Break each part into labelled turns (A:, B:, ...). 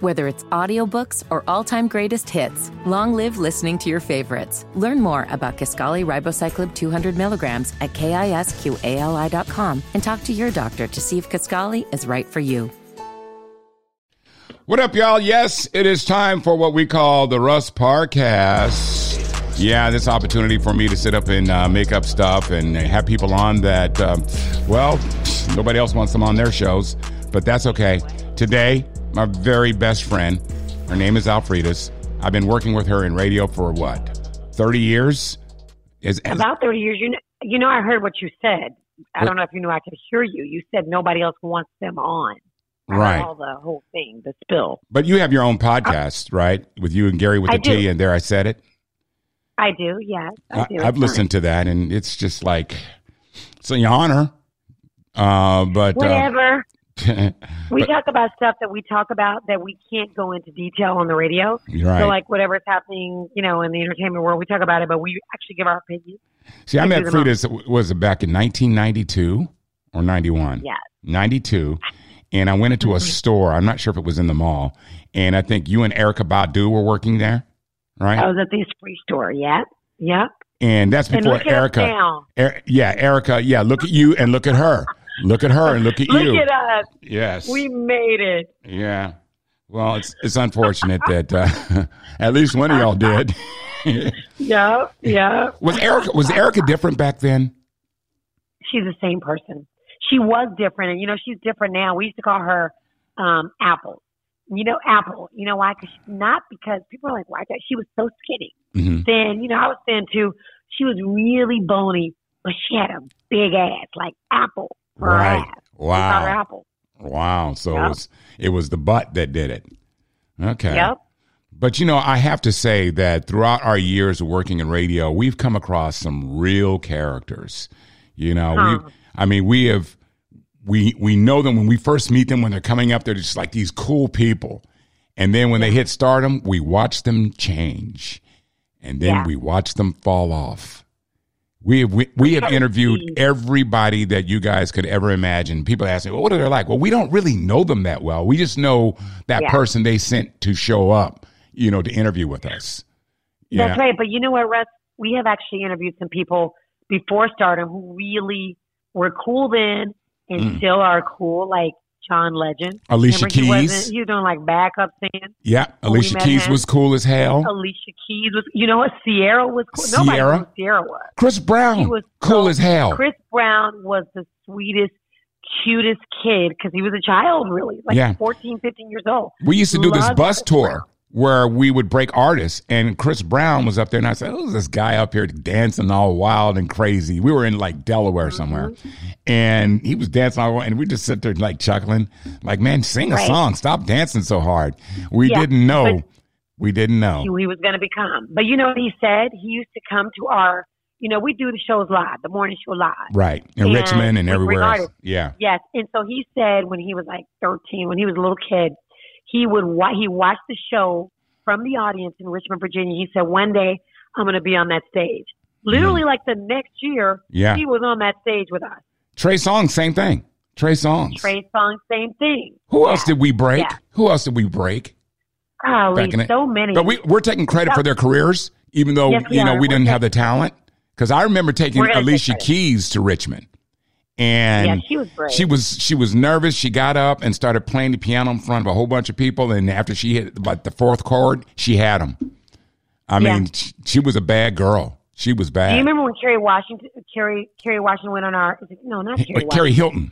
A: Whether it's audiobooks or all-time greatest hits, long live listening to your favorites. Learn more about Kaskali Ribocyclib 200 milligrams at kisqali.com and talk to your doctor to see if Kaskali is right for you.
B: What up, y'all? Yes, it is time for what we call the Russ Parcast. Yeah, this opportunity for me to sit up and uh, make up stuff and have people on that, um, well, nobody else wants them on their shows, but that's okay. Today, my very best friend, her name is Alfredis. I've been working with her in radio for what, 30 years? Is, is-
C: About 30 years. You know, you know, I heard what you said. I don't know if you knew I could hear you. You said nobody else wants them on. I heard
B: Right.
C: All the whole thing, the spill.
B: But you have your own podcast, right? With you and Gary with
C: I
B: the T,
C: do.
B: and there I said it.
C: I do, yes. I
B: I,
C: do.
B: I've
C: It's
B: listened to that, and it's just like it's an honor. Uh, but
C: fine. Whatever.
B: Uh,
C: we talk about stuff that we talk about that we can't go into detail on the radio.
B: you're right.
C: So, like, whatever's happening, you know, in the entertainment world, we talk about it, but we actually give our opinion.
B: See, I
C: I
B: met
C: do them
B: Frida's was it back in 1992 or 91?
C: Yes.
B: 92. And I went
C: Mm-hmm.
B: into a store. I'm not sure if it was in the mall. And I think you and Erica Badu were working there, right?
C: I was at Oh, the Esprit store, yeah. Yep.
B: and that's
C: And
B: before
C: look at us
B: Erica.
C: now.
B: Er- yeah, Erica. Yeah, look at you and look at her. Look at her and look at
C: Look
B: you.
C: at us.
B: Yes.
C: We made it.
B: Yeah. Well, it's it's unfortunate that uh, at least one of y'all did.
C: Yep. Yep.
B: was Erica was Erica different back then?
C: she's the same person. She was different, and you know she's different now. We used to call her um, Apple. You know, Apple. You know why? Cause she- not because people are like, why? That she was so skinny.
B: hmm
C: Then you know I was thin too. She was really bony, but she had a big ass, like Apple. For
B: Right.
C: Her ass. We called her
B: Wow.
C: Apple.
B: Wow. So it
C: Yep.
B: was it was the butt that did it. Okay.
C: Yep.
B: But you know, I have to say that throughout our years of working in radio, we've come across some real characters. You know,
C: Huh.
B: we I mean, we have we we know them when we first meet them when they're coming up, they're just like these cool people. And then when they hit stardom, we watch them change. And then
C: Yeah.
B: we watch them fall off. We have we, we have interviewed everybody that you guys could ever imagine. People ask me, well, what are they like? Well, we don't really know them that well. We just know that
C: Yeah.
B: person they sent to show up, you know, to interview with us. Yeah.
C: That's right. But you know what, Russ? We have actually interviewed some people before stardom who really were cool then and
B: Mm.
C: still are cool, like John Legend.
B: Alicia
C: Remember he
B: Keys.
C: wasn't- He was doing like backup singing.
B: Yeah.
C: When we
B: Alicia
C: met
B: Keys
C: him.
B: was cool as hell.
C: Alicia Keys was, you know what? Sierra was cool. Nobody
B: Oh. Sierra?
C: knew who Sierra was.
B: Chris
C: He
B: Brown,
C: was
B: cool
C: so-
B: as hell.
C: Chris Brown was the sweetest, cutest kid because he was a child, really, like
B: Yeah.
C: fourteen, fifteen 14, 15 years old.
B: We used to do this
C: Loved
B: bus
C: Chris
B: tour
C: Brown.
B: where we would break artists, and Chris Brown was up there, and I said, "Who's this guy up here dancing all wild and crazy?" We were in like Delaware somewhere,
C: Mm-hmm.
B: and he was dancing all wild, and we just sit there like chuckling, like, "Man, sing a
C: Right.
B: song! Stop dancing so hard!" We
C: Yeah,
B: didn't know.
C: but-
B: We didn't know.
C: who he was going to become. But you know what he said? He used to come to our, you know, we do the shows live, the morning show live.
B: Right in
C: And
B: Richmond and
C: we
B: everywhere
C: bring
B: else,
C: artists.
B: yeah.
C: Yes, and so he said when he was like 13, when he was a little kid, he would wa- he watched the show from the audience in Richmond, Virginia. He said one day I'm going to be on that stage. Literally, like the next year,
B: Mm-hmm. Yeah.
C: he was on that stage with us.
B: Trey Songz, same thing. Trey Songz.
C: Trey Songz, same thing.
B: Who else did we break?
C: Yeah.
B: Who else did we break?
C: Golly,
B: Back in it.
C: so many.
B: But we, we're taking credit for their careers, even though
C: Yes, we
B: you know
C: are.
B: we
C: We're
B: didn't have the talent. Because I remember taking
C: We're gonna take
B: Alicia
C: credit.
B: Keys to Richmond, and
C: Yeah, she was brave.
B: she was she was nervous. She got up and started playing the piano in front of a whole bunch of people. And after she hit about the fourth chord, she had them. I
C: Yeah.
B: mean, she, she was a bad girl. She was bad.
C: Do you remember when Kerry Washington, Kerry Kerry Washington went on our? Is it, no, not Kerry.
B: Wait, Carrie Hilton?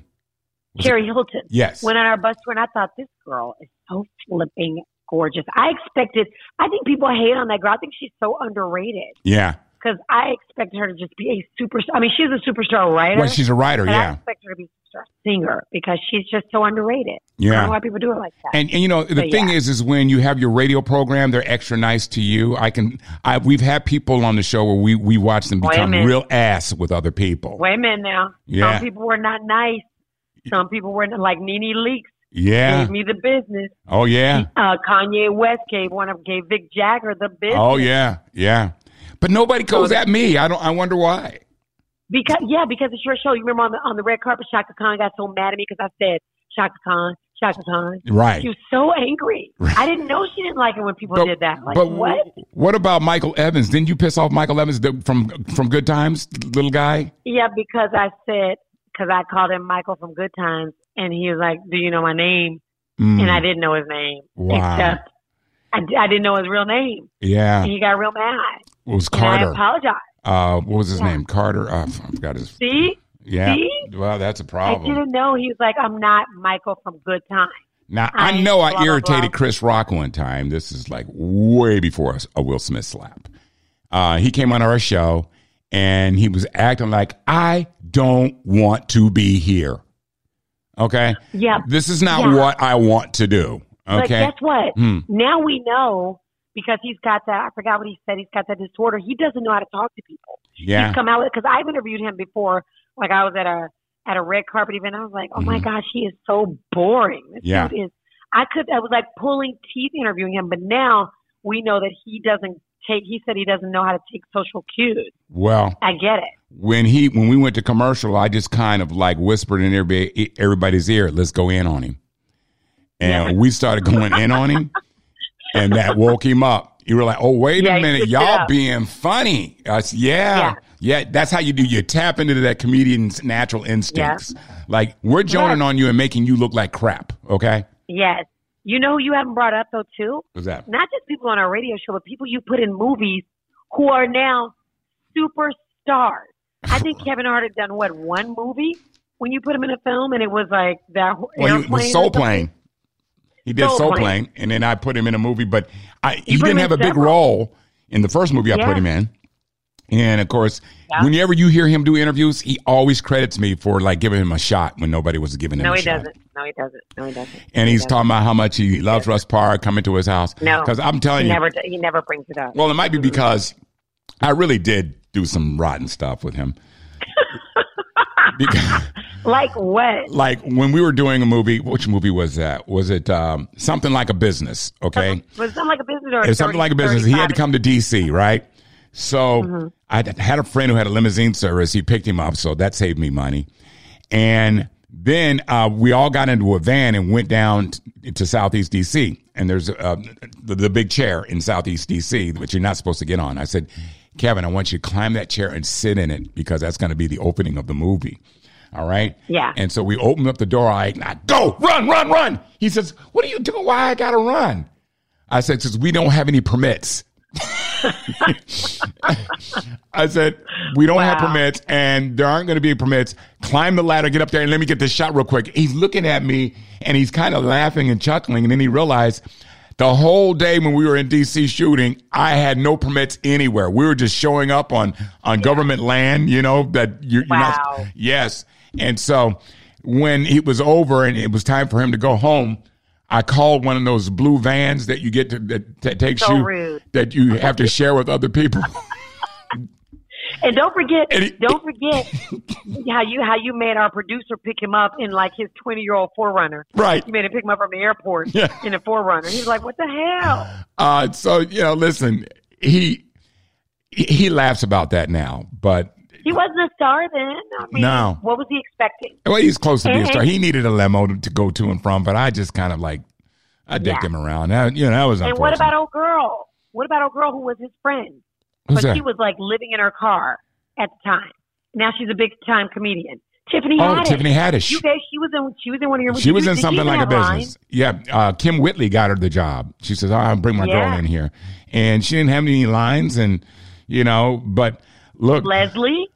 B: was
C: Carrie Hilton.
B: Yes.
C: Went on our bus tour, and I thought this girl is so flipping gorgeous. I expected. I think people hate on that girl. I think she's so underrated
B: Yeah.
C: because I expected her to just be a superstar. I mean, she's a superstar writer.
B: Well, she's a writer.
C: and I
B: Yeah.
C: expect her to be a superstar singer because she's just so underrated. I don't
B: Yeah.
C: know why people do it like that.
B: And, and you know the
C: But
B: thing
C: yeah.
B: is, is when you have your radio program, they're extra nice to you. I can, I we've had people on the show where we we watch them
C: Wait a
B: become
C: minute.
B: real ass with other people.
C: Wait a minute now.
B: Yeah.
C: Some people were not nice. Some people were not, like Nene Leakes
B: Yeah.
C: gave me the business.
B: Oh yeah.
C: Uh, Kanye West gave one of gave Vic Jagger the business.
B: Oh yeah. Yeah. But nobody goes at me. I don't. I wonder why.
C: Because yeah, because it's your show. You remember on the on the red carpet, Shaka Khan got so mad at me because I said Shaka Khan, Shaka Khan.
B: Right.
C: She was so angry. I didn't know she didn't like it when people did that. Like,
B: but
C: what?
B: What about Michael Evans? Didn't you piss off Michael Evans the- from from Good Times, little guy?
C: Yeah, because I said, because I called him Michael from Good Times, and he was like, Do you know my name?
B: Mm,
C: And I didn't know his name.
B: Wow.
C: Except I, d- I didn't know his real name.
B: yeah,
C: And
B: it
C: he got real mad.
B: was
C: And I
B: Carter.
C: apologized.
B: Uh, what was his name? Carter. Uh, I forgot his.
C: See?
B: Yeah.
C: See?
B: Well, that's a
C: I
B: problem.
C: didn't know. He was like, I'm not Michael from Good Times.
B: Now I,
C: I-
B: know I
C: blah, blah,
B: irritated
C: blah.
B: Chris Rock one time. This is like way before us- a Will Smith slap. Uh, he came on our show and he was acting like I don't want to be here. Okay,
C: Yeah.
B: this is not
C: Yeah.
B: what I want to do.
C: But
B: Okay,
C: guess what?
B: Hmm.
C: Now we know because he's got that. I forgot what he said. He's got that disorder. He doesn't know how to talk to people.
B: yeah,
C: He's come out with because I've interviewed him before. Like I was at a at a red carpet event. I was like, oh my gosh, he is so boring. This
B: Mm-hmm. Yeah.
C: dude is. I could. I was like pulling teeth interviewing him. But now we know that he doesn't take. He said he doesn't know how to take social cues.
B: well,
C: I get it.
B: when he when we went to commercial, I just kind of like whispered in everybody, everybody's ear, "Let's go in on him," and we started going in on him, and that woke him up. You were like, "Oh, wait
C: Yeah,
B: a
C: he
B: minute,
C: picked it
B: y'all
C: up.
B: being funny?" I said, yeah, yeah, That's how you do. You tap into that comedian's natural instincts. Like we're joning on you and making you look like crap. Okay,
C: Yes. You know who you haven't brought up though too?
B: what's that?
C: Not just people on our radio show, but people you put in movies who are now superstars. I think Kevin Hart had done what one movie when you put him in a film, and it was like that.
B: Well, he
C: airplane
B: was
C: or
B: Soul
C: something?
B: Plane. He did
C: Soul
B: Soul
C: Plane.
B: Plane, and then I put him in a movie, but I, he
C: put him
B: didn't have a
C: in
B: big
C: several.
B: role in the first movie I
C: Yeah.
B: put him in. And of course,
C: Yeah.
B: whenever you hear him do interviews, he always credits me for like giving him a shot when nobody was giving him
C: No,
B: a
C: he
B: shot.
C: doesn't. No, he doesn't. No, he doesn't.
B: And
C: He
B: he's
C: doesn't.
B: talking about how much he loves Russ Parr coming to his house.
C: No.
B: because I'm telling
C: He
B: you,
C: never. Mm-hmm. He never brings it up.
B: well, it might be because I really did do some rotten stuff with him. because,
C: like what?
B: like when we were doing a movie, which movie was that? Was it um, something like a business? Okay,
C: Was it something like a business or
B: It's something like a business. He had to come to DC, right? So I d- had a friend who had a limousine service. He picked him up, so that saved me money. And then uh, we all got into a van and went down t- to Southeast DC. And there's uh, the, the big chair in Southeast DC, which you're not supposed to get on. I said, Kevin, I want you to climb that chair and sit in it because that's going to be the opening of the movie. All right.
C: Yeah.
B: And so we opened up the door. I, I go run, run, run. He says, "What are you doing? Why I gotta run?" I said, since we don't have any permits. I said, we don't have
C: Wow.
B: permits and there aren't going to be permits. Climb the ladder, get up there, and let me get this shot real quick. He's looking at me and he's kind of laughing and chuckling. And then he realized the whole day when we were in DC shooting, I had no permits anywhere. We were just showing up on, on government land, you know, that you're, you're
C: Wow.
B: not. Yes. And so when it was over and it was time for him to go home, I called one of those blue vans that you get to that, that takes
C: So
B: you
C: rude.
B: that you have to share with other people.
C: And don't forget,
B: And he-
C: don't forget how you how you made our producer pick him up in like his twenty year old forerunner.
B: right.
C: You made him pick him up from the airport
B: Yeah.
C: in a forerunner. He was like, "What the hell?"
B: Uh, so you know, listen, he he- he laughs about that now, but
C: He wasn't a star then. I mean,
B: No.
C: What was he expecting?
B: well, he's close to being a
C: And-
B: star. He needed a limo to, to go to and from, but I just kind of like I dicked
C: Yeah.
B: him around. That, you know, that was
C: And
B: unfortunate.
C: what about old girl? What about old girl who was his friend?
B: Who's
C: but
B: that?
C: she was like living in her car at the time. Now she's a big time comedian. Tiffany
B: Oh,
C: Haddish.
B: Tiffany Haddish.
C: You guys, she was in she was in one of your
B: She was
C: you-
B: in
C: did you
B: something
C: even
B: like a
C: have lines?
B: business. Yeah, uh, Kim Whitley got her the job. She says, oh, "I'll bring my girl
C: Yeah.
B: in here," and she didn't have any lines, and you know, but look,
C: Leslie?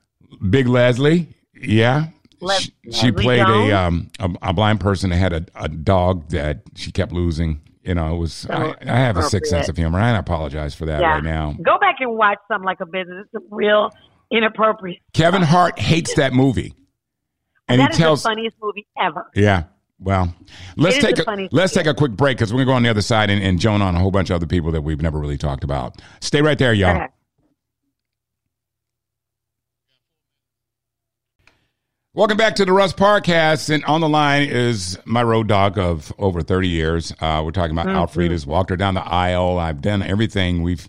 B: Big Leslie, yeah.
C: Les-
B: she, she
C: Leslie
B: played
C: Jones?
B: a, um, a a blind person that had a, a dog that she kept losing. You know, it was I, I have a sick sense of humor, and I apologize for that
C: Yeah.
B: right now.
C: Go back and watch something like a business. It's a real inappropriate.
B: Kevin Hart hates that movie, and
C: That
B: he
C: is
B: tells
C: the funniest movie ever.
B: Yeah. Well, let's
C: It is
B: take
C: the
B: a,
C: funniest
B: let's take a quick break because we're gonna go on the other side and, and Joan on a whole bunch of other people that we've never really talked about. Stay right there, y'all.
C: Okay.
B: Welcome back to the Russ Parcast, and on the line is my road dog of over thirty years. Uh, we're talking about Alfreda's walked her down the aisle. I've done everything. We've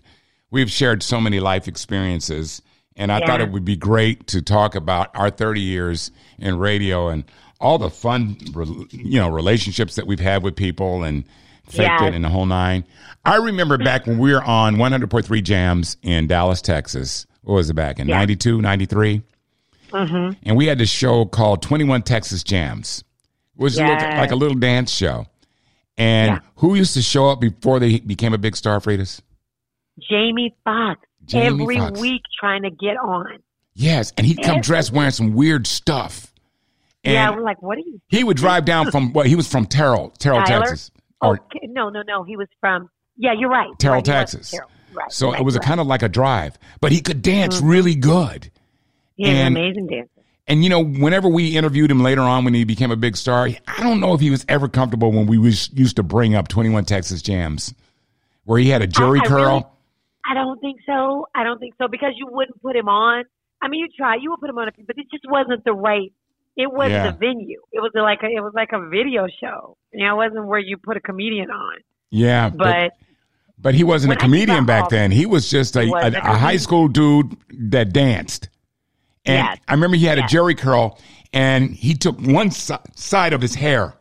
B: we've shared so many life experiences, and I thought it would be great to talk about our thirty years in radio and all the fun, re- you know, relationships that we've had with people and faked
C: Yes.
B: it and the whole nine. I remember back when we were on 100.3 Jams in Dallas, Texas. What was it back in
C: Yeah.
B: 92, 93? And we had this show called 21 Texas Jams, which was a little-
C: Yes.
B: like a little dance show. And
C: Yeah.
B: who used to show up before they became a big star, Freitas?
C: Jamie Foxx
B: Jamie
C: every
B: Foxx.
C: week trying to get on.
B: Yes, and he'd come dressed wearing some weird stuff. And
C: yeah, we're like, what are you?
B: he would drive down from well, he was from Terrell, Terrell,
C: Tyler?
B: Texas. Or
C: okay, Oh, no, no, no. He was from. Yeah, you're right. you're
B: Terrell,
C: right, he was from
B: Texas.
C: Terrell. Right,
B: so
C: right,
B: it was a
C: right.
B: kind of like a drive, but he could dance
C: Mm-hmm.
B: really good.
C: He's an
B: and-
C: amazing dancer.
B: And you know, whenever we interviewed him later on when he became a big star, I don't know if he was ever comfortable when we was, used to bring up 21 Texas Jams where he had a jerry
C: I really-
B: curl.
C: I don't think so. I don't think so because you wouldn't put him on. I mean, you try, you would put him on, a few, but it just wasn't the right. It wasn't
B: Yeah.
C: a venue. It was like a, it was like a video show. You know, it wasn't where you put a comedian on.
B: yeah,
C: But,
B: But he wasn't a
C: When I think
B: comedian
C: about
B: back
C: all-
B: then. He was just a,
C: He was
B: a,
C: a
B: a high
C: comedian.
B: school dude that danced. And
C: Yes.
B: I remember he had a
C: Yes.
B: jerry curl and he took one si- side of his hair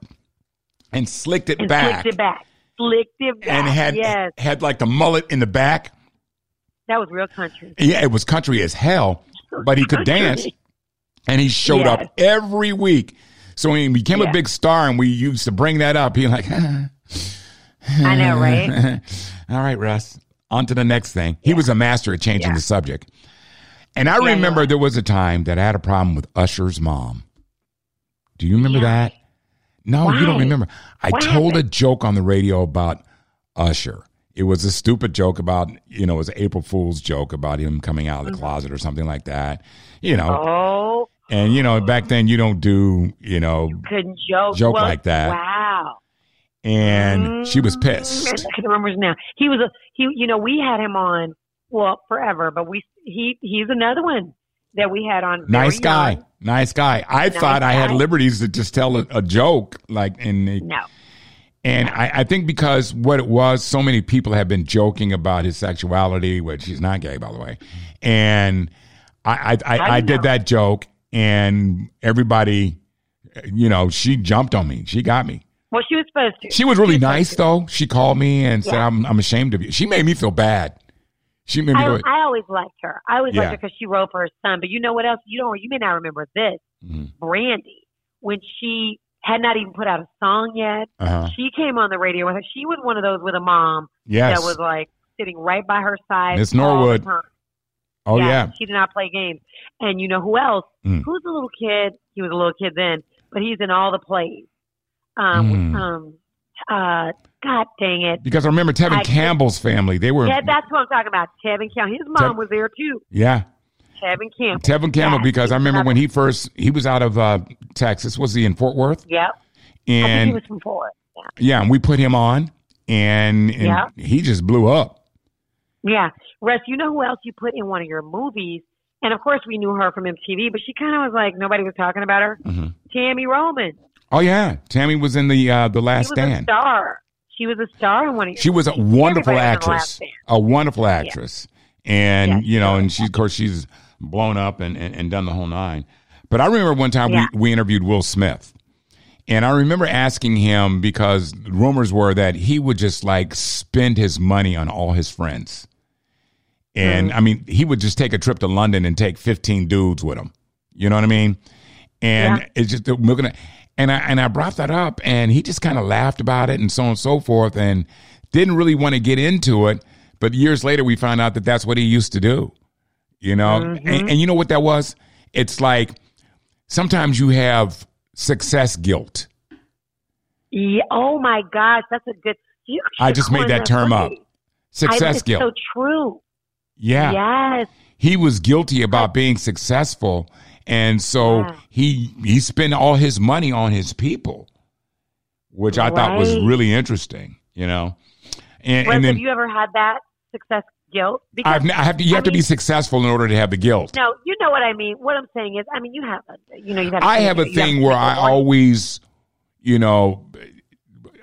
B: and slicked it
C: and
B: back.
C: slicked it back, slicked it back.
B: And had
C: yes,
B: had like the mullet in the back.
C: that was real country.
B: Yeah, it was country as hell, but he could
C: Country.
B: dance. And he showed
C: Yes.
B: up every week. So when he became a
C: Yes.
B: big star and we used to bring that up, he like, "Ah,
C: I know, right?
B: All right, Russ. On to the next thing. He was a master at changing
C: Yeah.
B: the subject. And I
C: he
B: remember
C: was.
B: there was a time that I had a problem with Usher's mom. Do you remember that? No, you don't
C: Why?
B: remember. I
C: What
B: told a
C: happened?
B: joke on the radio about Usher. It was a stupid joke about, you know, it was an April Fool's joke about him coming out of the closet or something like that. You know,
C: Mm-hmm. Oh,
B: and, you know, back then you don't do, you know,
C: couldn't joke.
B: Joke
C: well,
B: like that.
C: Wow.
B: and she was
C: Mm,
B: pissed.
C: I can remember his now. He was a he. You know, we had him on well forever, but we he he's another one that we had on. very
B: Nice guy.
C: young.
B: Nice guy. I
C: Nice
B: thought I had
C: guy.
B: liberties to just tell a, a joke, like, and they-
C: No,
B: and I, I think because what it was, so many people have been joking about his sexuality, which he's not gay, by the way. And I, I,
C: How do
B: I, I
C: you
B: did
C: know?
B: that joke, and everybody, you know, she jumped on me. She got me.
C: well, she was supposed to.
B: She was really nice, though. She called me and said, "I'm, I'm ashamed of you." She made me feel bad. She made me.
C: I,
B: feel-
C: I always liked her. I always
B: Yeah.
C: liked her because she wrote for her son. But you know what else? You don't. You may not remember this.
B: mm-hmm.
C: Brandy, when she had not even put out a song yet,
B: uh-huh.
C: she came on the radio with her. She was one of those with a mom
B: Yes.
C: that was like sitting right by her side.
B: Miss
C: all the
B: Norwood.
C: time.
B: oh yeah.
C: She did not play games. And you know who else?
B: Mm.
C: Who's a little kid? He was a little kid then, but he's in all the plays. Um, with,
B: Mm.
C: um, uh, God dang it.
B: Because I remember Tevin
C: I-
B: Campbell's family. They were.
C: Yeah, that's what I'm talking about. Tevin Camp. His mom
B: Tev-
C: was there too.
B: yeah.
C: Tevin Camp.
B: Tevin Campbell,
C: Yeah,
B: because I
C: he's
B: remember
C: another-
B: when he first he was out of uh, Texas. Was he in Fort Worth?
C: Yep. I think
B: And
C: he was from Fort. Worth.
B: yeah, and we put him on, and, and
C: Yeah.
B: he just blew up.
C: Yeah. yeah. Russ, you know who else you put in one of your movies? And of course, we knew her from MTV, but she kind of was like nobody was talking about her.
B: Mm-hmm.
C: Tammy Roman.
B: Oh yeah, Tammy was in the uh, the Last
C: She was a
B: Stand.
C: star. She was a star in one of your
B: She was a wonderful
C: Everybody was in The Last
B: actress,
C: Stand.
B: a wonderful actress, and
C: Yeah,
B: you know, and she of course she's blown up and, and, and done the whole nine. But I remember one time
C: Yeah.
B: we, we interviewed Will Smith, and I remember asking him because rumors were that he would just like spend his money on all his friends, and
C: Hmm.
B: I mean he would just take a trip to London and take fifteen dudes with him. You know what I mean? And
C: Yeah.
B: it's just looking at, and I and I brought that up, and he just kind of laughed about it, and so on and so forth, and didn't really want to get into it. But years later, we found out that that's what he used to do. You know,
C: Mm-hmm.
B: and, and you know what that was? It's like sometimes you have success guilt.
C: Yeah. Oh my gosh, that's a good. You
B: I
C: should
B: just
C: coin
B: made that term up.
C: phrase. I,
B: Success
C: it's
B: guilt.
C: so true.
B: yeah.
C: Yes.
B: he was guilty about being successful and so
C: Wow.
B: he he spent all his money on his people which i thought was
C: Right.
B: really interesting you know and,
C: Russ,
B: and
C: have
B: then
C: you ever had that success guilt? Because
B: I've, n- I have to, you
C: I
B: have to be
C: mean-
B: successful in order to have the guilt
C: no, you know what I mean. What I'm saying is, I mean, you have, a, you know, you have.
B: i have a
C: you
B: thing where i
C: people
B: always you know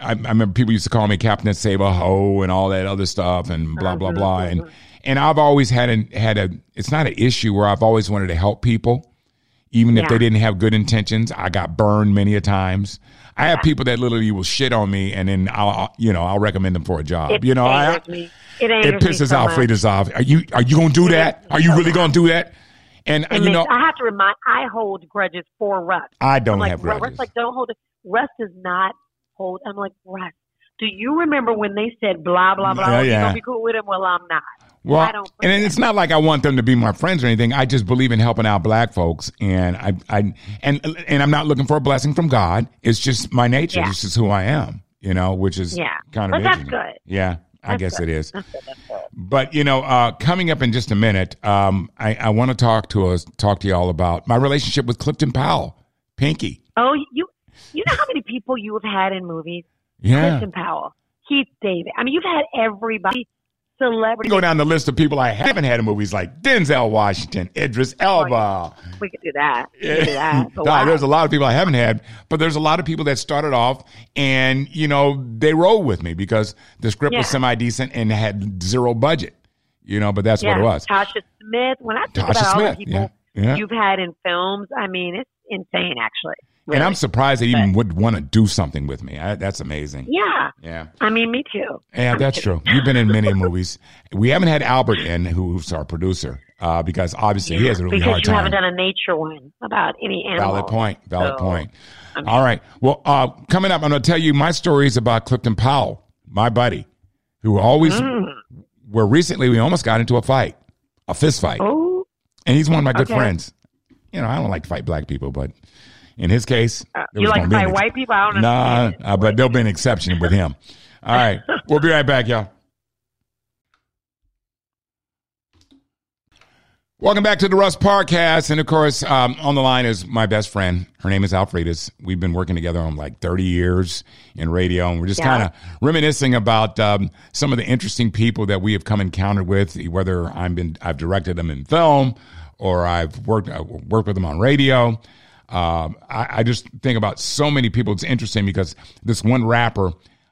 B: I, I remember people used to call me captain save a hoe and all that other stuff and blah
C: Uh-huh.
B: blah blah and and i've always had an had a it's not an issue where i've always wanted to help people even if
C: Yeah.
B: they didn't have good intentions. I got burned many a times. I have people that literally will shit on me, and then I'll, I'll- you know I'll recommend them for a job.
C: It
B: you know, I,
C: angers me.
B: it
C: It angers me
B: pisses
C: so much.
B: Alfreda's off. Are you are you gonna do that?
C: angers me
B: Are you
C: so
B: really gonna do that? And
C: It
B: you
C: makes-
B: know,
C: I have to remind. I hold grudges for Russ.
B: I don't
C: I'm like,
B: have
C: Russ,
B: grudges.
C: like, don't hold it. Russ does not hold. I'm like, Russ, do you remember when they said blah blah blah?
B: Yeah,
C: You
B: yeah.
C: gonna be cool with him? Well, I'm not.
B: Well,
C: I don't
B: and
C: forget.
B: it's not like I want them to be my friends or anything. I just believe in helping out black folks, and I, I, and and I'm not looking for a blessing from God. It's just my nature.
C: Yeah.
B: It's just who I am, you know, which is
C: Yeah.
B: kind of
C: But that's
B: interesting.
C: good.
B: Yeah, I
C: That's
B: guess
C: good.
B: it is.
C: That's it, that's it.
B: But you know, uh, coming up in just a minute, um, I, I want to talk to us, talk to y'all about my relationship with Clifton Powell, Pinky.
C: Oh, you. You know how many people you have had in movies?
B: Yeah,
C: Kristen Powell, Keith David. I mean, you've had everybody,
B: we
C: celebrity.
B: go down the list of people I haven't had in movies like Denzel Washington, Idris
C: Oh,
B: Elba.
C: We could do that. We could do
B: Yeah.
C: that. But
B: Mm. Nah,
C: wow.
B: There's a lot of people I haven't had, but there's a lot of people that started off and, you know, they rolled with me because the script was
C: Yeah.
B: semi decent and had zero budget, you know, but that's
C: yeah.
B: what it was.
C: Tasha Smith. When I think
B: Tasha
C: about all
B: Smith.
C: the people
B: yeah. Yeah.
C: you've had in films, I mean, it's insane, actually.
B: And I'm
C: Really.
B: surprised they even would want to do something with me. I, that's amazing.
C: yeah.
B: Yeah.
C: I mean, me too.
B: Yeah, that's true. You've been in many movies. We haven't had Albert in, who's our producer, uh, because obviously he has a really
C: because
B: hard
C: you
B: time.
C: haven't done a nature one about any animal.
B: Valid point. Valid
C: So,
B: point. All right. Well, uh, coming up, I'm going to tell you my stories about Clifton Powell, my buddy, who always,
C: Mm.
B: where recently we almost got into a fight, a fist fight.
C: Oh,
B: And he's one of my good
C: Okay.
B: friends. You know, I don't like to fight black people, but in his case, there
C: uh, you
B: was
C: like
B: gonna
C: to
B: be an
C: fight
B: ex-
C: white people? I don't
B: Nah,
C: understand.
B: uh, but there'll be an exception with him. All right. We'll be right back, y'all. Welcome back to the Russ Parcast. And of course, um, on the line is my best friend. Her name is Alfredis. We've been working together on like 30 years in radio. And we're just
C: Yeah.
B: kind of reminiscing about um, some of the interesting people that we have come encountered with, whether I've been, I've directed them in film or I've worked, I worked with them on radio. Um, I, I just think about so many people. It's interesting because this one rapper,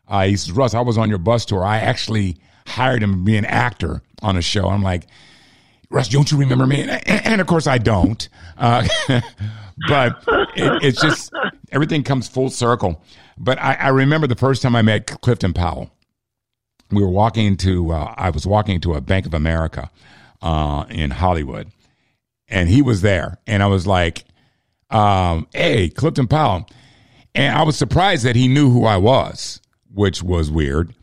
B: uh, he says, Russ, I was on your bus tour. I actually hired him to be an actor on a show. I'm like, Russ, don't you remember me? And, and of course, I don't. Uh, but it, it's just everything comes full circle. But I, I remember the first time I met Clifton Powell. We were walking into, uh, I was walking to a Bank of America uh, in Hollywood, and he was there. And I was like, um, hey, Clifton Powell. And I was surprised that he knew who I was, which was weird.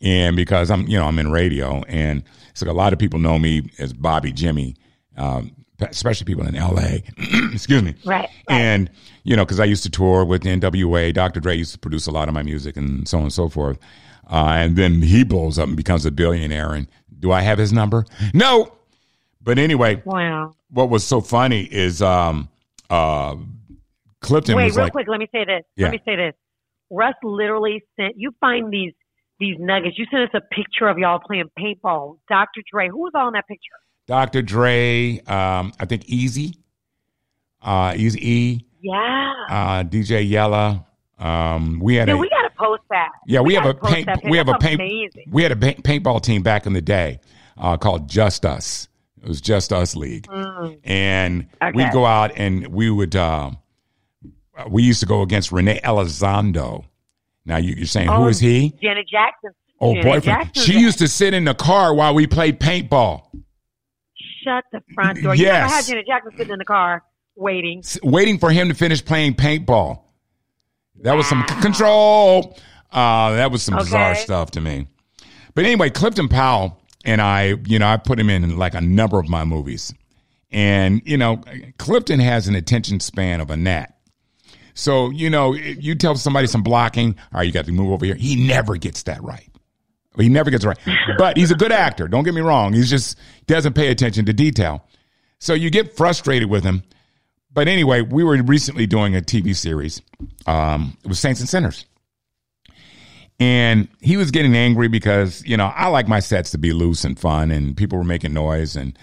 B: And because I'm, you know, I'm in radio, and it's like a lot of people know me as Bobby Jimmy, um, especially people in LA. Excuse me.
C: Right, right.
B: And, you know, because I used to tour with the NWA. Dr. Dre used to produce a lot of my music and so on and so forth. Uh, and then he blows up and becomes a billionaire. And do I have his number? No. But anyway,
C: Wow.
B: what was so funny is um, uh, Clifton
C: Wait,
B: was
C: real
B: like,
C: quick. Let me say this.
B: Yeah.
C: Let me say this. Russ literally sent you find these these nuggets. You sent us a picture of y'all playing paintball. Dr. Dre, who was all in that picture?
B: Dr. Dre, um, I think Easy, uh, Easy E,
C: Yeah.
B: uh, DJ Yella. Um, we had
C: Dude,
B: a
C: we gotta post that.
B: yeah, we, have
C: gotta
B: a
C: post
B: paint
C: that picture.
B: we have a
C: That's
B: paint
C: amazing.
B: we had a paint, paintball team back in the day uh, called Just Us. It was Just Us League,
C: Mm.
B: and
C: Okay.
B: we'd go out and we would uh, we used to go against Renee Elizondo. Now you, you're saying who
C: Oh,
B: is he?
C: Janet Jackson.
B: Oh,
C: Janet
B: boyfriend.
C: Jackson's
B: She
C: ex.
B: used to sit in the car while we played paintball,
C: Shut the front door. You
B: Yes.
C: never had Janet Jackson sitting in the car waiting.
B: s- waiting for him to finish playing paintball. That was some c-
C: Wow.
B: control. Uh, that was some bizarre
C: Okay.
B: stuff to me. But anyway, Clifton Powell and I, you know, I put him in like a number of my movies. And, you know, Clifton has an attention span of a gnat. So, you know, if you tell somebody some blocking, all right, you got to move over here. He never gets that right. He never gets it right. But he's a good actor. Don't get me wrong. He's just doesn't pay attention to detail. So you get frustrated with him. But anyway, we were recently doing a TV series. Um, it was Saints and Sinners. And he was getting angry because, you know, I like my sets to be loose and fun and people were making noise and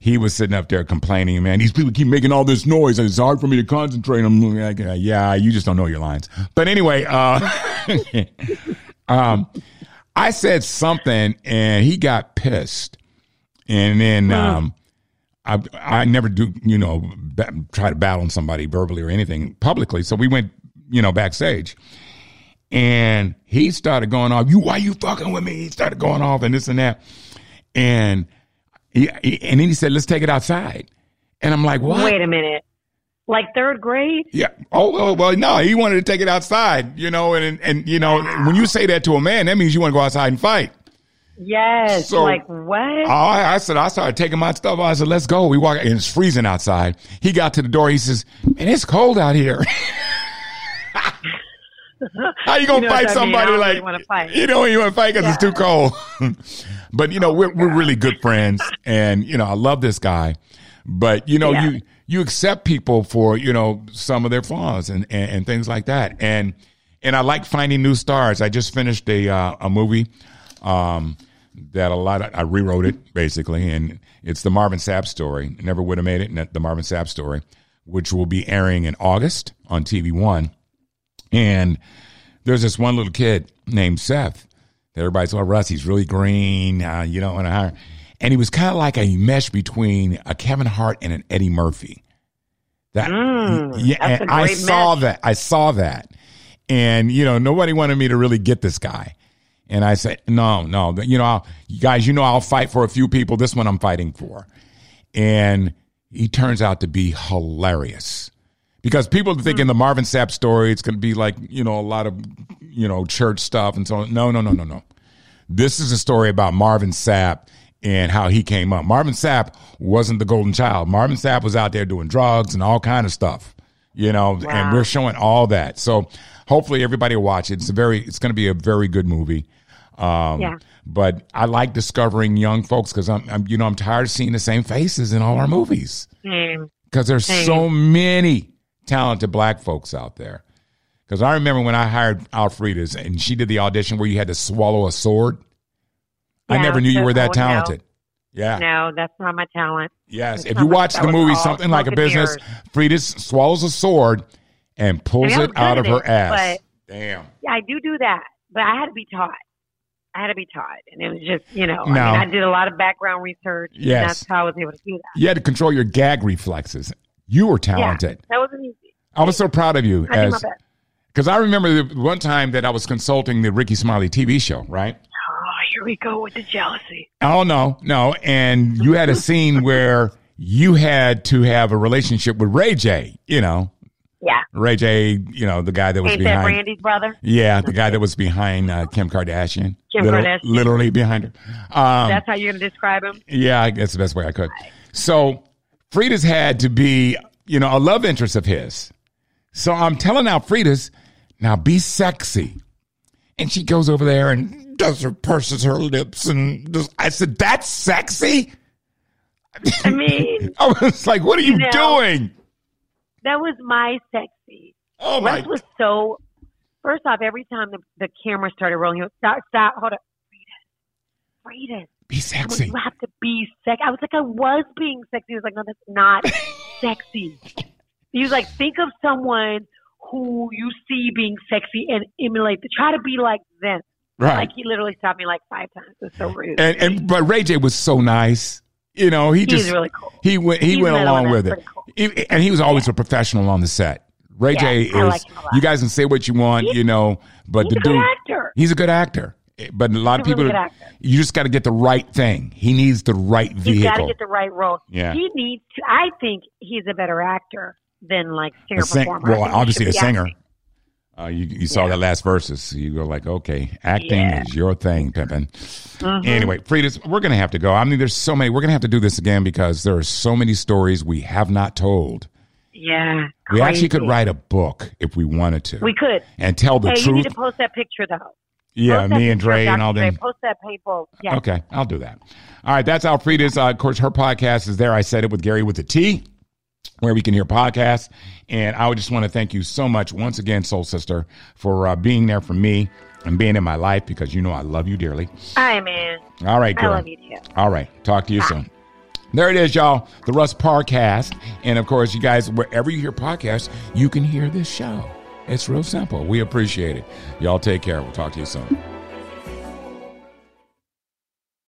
B: he was sitting up there complaining, man, these people keep making all this noise and it's hard for me to concentrate. I'm like, yeah, you just don't know your lines. But anyway, uh, um, I said something and he got pissed. And then um, I, I never do, you know, ba- try to battle somebody verbally or anything publicly. So we went, you know, backstage. And he started going off, you, why you fucking with me? He started going off and this and that. And he, he- and then he said, let's take it outside. And I'm like, what?
C: Wait a minute. Like third grade?
B: Yeah. Oh, well, well, no, he wanted to take it outside, you know, and, and, and, you know, when you say that to a man, that means you want to go outside and fight.
C: Yes.
B: So-
C: like what?
B: Oh, I, I said, I started taking my stuff. I said, let's go. We walk, and it's freezing outside. He got to the door. He says, man, it's cold out here. How you gonna
C: You know
B: fight
C: what I mean. I
B: somebody
C: don't
B: like
C: really wanna fight.
B: you know you want to fight because it's too cold? but you know we're we're really good friends, and you know I love this guy. But you know
C: Yeah.
B: you you accept people for you know some of their flaws and, and and things like that. And and I like finding new stars. I just finished a uh, a movie um, that a lot of, I rewrote it basically, and it's the Marvin Sapp story. Never would have made it. and The Marvin Sapp story, which will be airing in August on TV One. And there's this one little kid named Seth that everybody's well, Russ, he's really green. Uh, you don't want to hire. And he was kind of like a mesh between a Kevin Hart and an Eddie Murphy. That yeah,
C: Mm, that's
B: and
C: a
B: I
C: great
B: saw that. I saw that, and you know, nobody wanted me to really get this guy. And I said, no, no, you know, I'll, you guys, you know, I'll fight for a few people. This one I'm fighting for, and he turns out to be hilarious because people think in the Marvin Sapp story it's going to be like you know a lot of you know church stuff and so on. No, no, no, no, no. This is a story about Marvin Sapp and how he came up. Marvin Sapp wasn't the golden child. Marvin Sapp was out there doing drugs and all kind of stuff, you know. And we're showing all that, so hopefully everybody will watch it. It's a very, it's going to be a very good movie. Um,
C: Yeah.
B: But I like discovering young folks because I'm, I'm, you know, I'm tired of seeing the same faces in all our movies
C: Mm.
B: because there's
C: Hey.
B: so many talented black folks out there. Because I remember when I hired Alfreda's and she did the audition where you had to swallow a sword. I
C: Yeah,
B: never knew you
C: so-
B: were that
C: oh, no.
B: talented. Yeah.
C: No, that's not my talent.
B: Yes.
C: That's
B: If
C: not
B: you
C: what
B: watch
C: that
B: the
C: was
B: movie
C: called.
B: Something Like a
C: Smoke and
B: Business, Frida's swallows a sword and pulls
C: I was
B: it out of
C: good at
B: her
C: it,
B: ass. Damn.
C: Yeah, I do do that, but I had to be taught. I had to be taught, and it was just you know, I, mean,
B: No.
C: I did a lot of background research.
B: Yes.
C: and that's how I was able to do that.
B: You had to control your gag reflexes. You were
C: Yeah,
B: talented.
C: that wasn't easy.
B: I was so proud of you.
C: I did my
B: as
C: best.
B: Because I remember the one time that I was consulting the Ricky Smiley TV show, right?
C: Oh, here we go with the jealousy.
B: Oh no, no. And you had a scene where you had to have a relationship with Ray J. You know,
C: Yeah,
B: Ray J. You know the guy that was
C: ain't that
B: behind.
C: Randy's brother?
B: Yeah, the guy that was behind uh, Kim Kardashian.
C: Kim
B: Literal-
C: Kardashian.
B: literally behind her. Um,
C: That's how you're gonna describe him.
B: yeah, I guess the best way I could. So Frida's had to be, you know, a love interest of his. So I'm telling now Frida's, now be sexy. And she goes over there and does her purses, her lips, and does, I said, that's sexy?
C: I mean,
B: I was like, what are you
C: You know.
B: doing?
C: that was my sexy.
B: Oh my
C: Russ was so. First off, every time the, the camera started rolling, he was stop, stop, hold up, Rita, Rita.
B: be
C: Well,
B: sexy.
C: You have to be sexy. I was like, I was being sexy. He was like, no, that's not sexy. He was like, think of someone who you see being sexy and emulate. Try to be like them.
B: Right.
C: Like he literally stopped me like five times. It's so rude.
B: And and but Ray J was so nice. You know, he
C: He was
B: just
C: really cool.
B: he went he
C: He's
B: went
C: another
B: along
C: one
B: with
C: that's
B: it, He- and he was always a professional on the set. Ray
C: Yeah,
B: J is
C: I like him a lot.
B: you guys can say what you want, you know, but
C: He's
B: the
C: a
B: dude
C: good actor.
B: he's a good actor. But a lot
C: He's a
B: of people
C: really good actor.
B: you just got to get the right thing. He needs the right
C: He's got to
B: vehicle.
C: get the right role.
B: Yeah.
C: He needs to. I think he's a better actor than like singer
B: A sing-
C: performer. I
B: well,
C: think he
B: obviously
C: should
B: a
C: be
B: singer.
C: acting.
B: Uh, you you saw that last verses. So you go like, okay, acting
C: Yeah.
B: is your thing, Pippin.
C: Mm-hmm.
B: Anyway, Frida's, we're gonna have to go. I mean, there's so many. We're gonna have to do this again because there are so many stories we have not told.
C: Yeah.
B: We actually could
C: crazy.
B: write a book if we wanted to.
C: We could.
B: and tell the
C: hey, you
B: truth.
C: need to post that picture though.
B: yeah,
C: Post that
B: me and
C: picture of
B: Dre and
C: Dr.
B: all
C: Dre.
B: them.
C: Post that people. Yeah.
B: Okay, I'll do that. All right, that's Alfreda's. Uh, of course, her podcast is there. I said it with Gary with the T, where we can hear podcasts. And I would just want to thank you so much once again, Soul Sister, for uh, being there for me and being in my life because you know I love you dearly.
C: Hi, man.
B: All right,
C: I
B: girl.
C: love you too.
B: All right. Talk to you soon. There it is, y'all. The Russ Parcast. And of course, you guys, wherever you hear podcasts, you can hear this show. It's real simple. We appreciate it. Y'all take care. We'll talk to you soon.